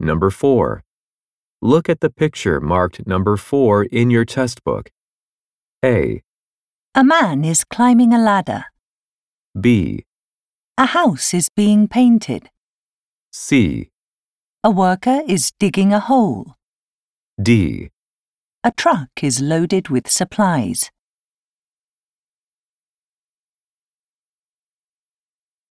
Number 4. Look at the picture marked number 4 in your test book. A, A man is climbing a ladder. B, A house is being painted. C, A worker is digging a hole. D. A truck is loaded with supplies.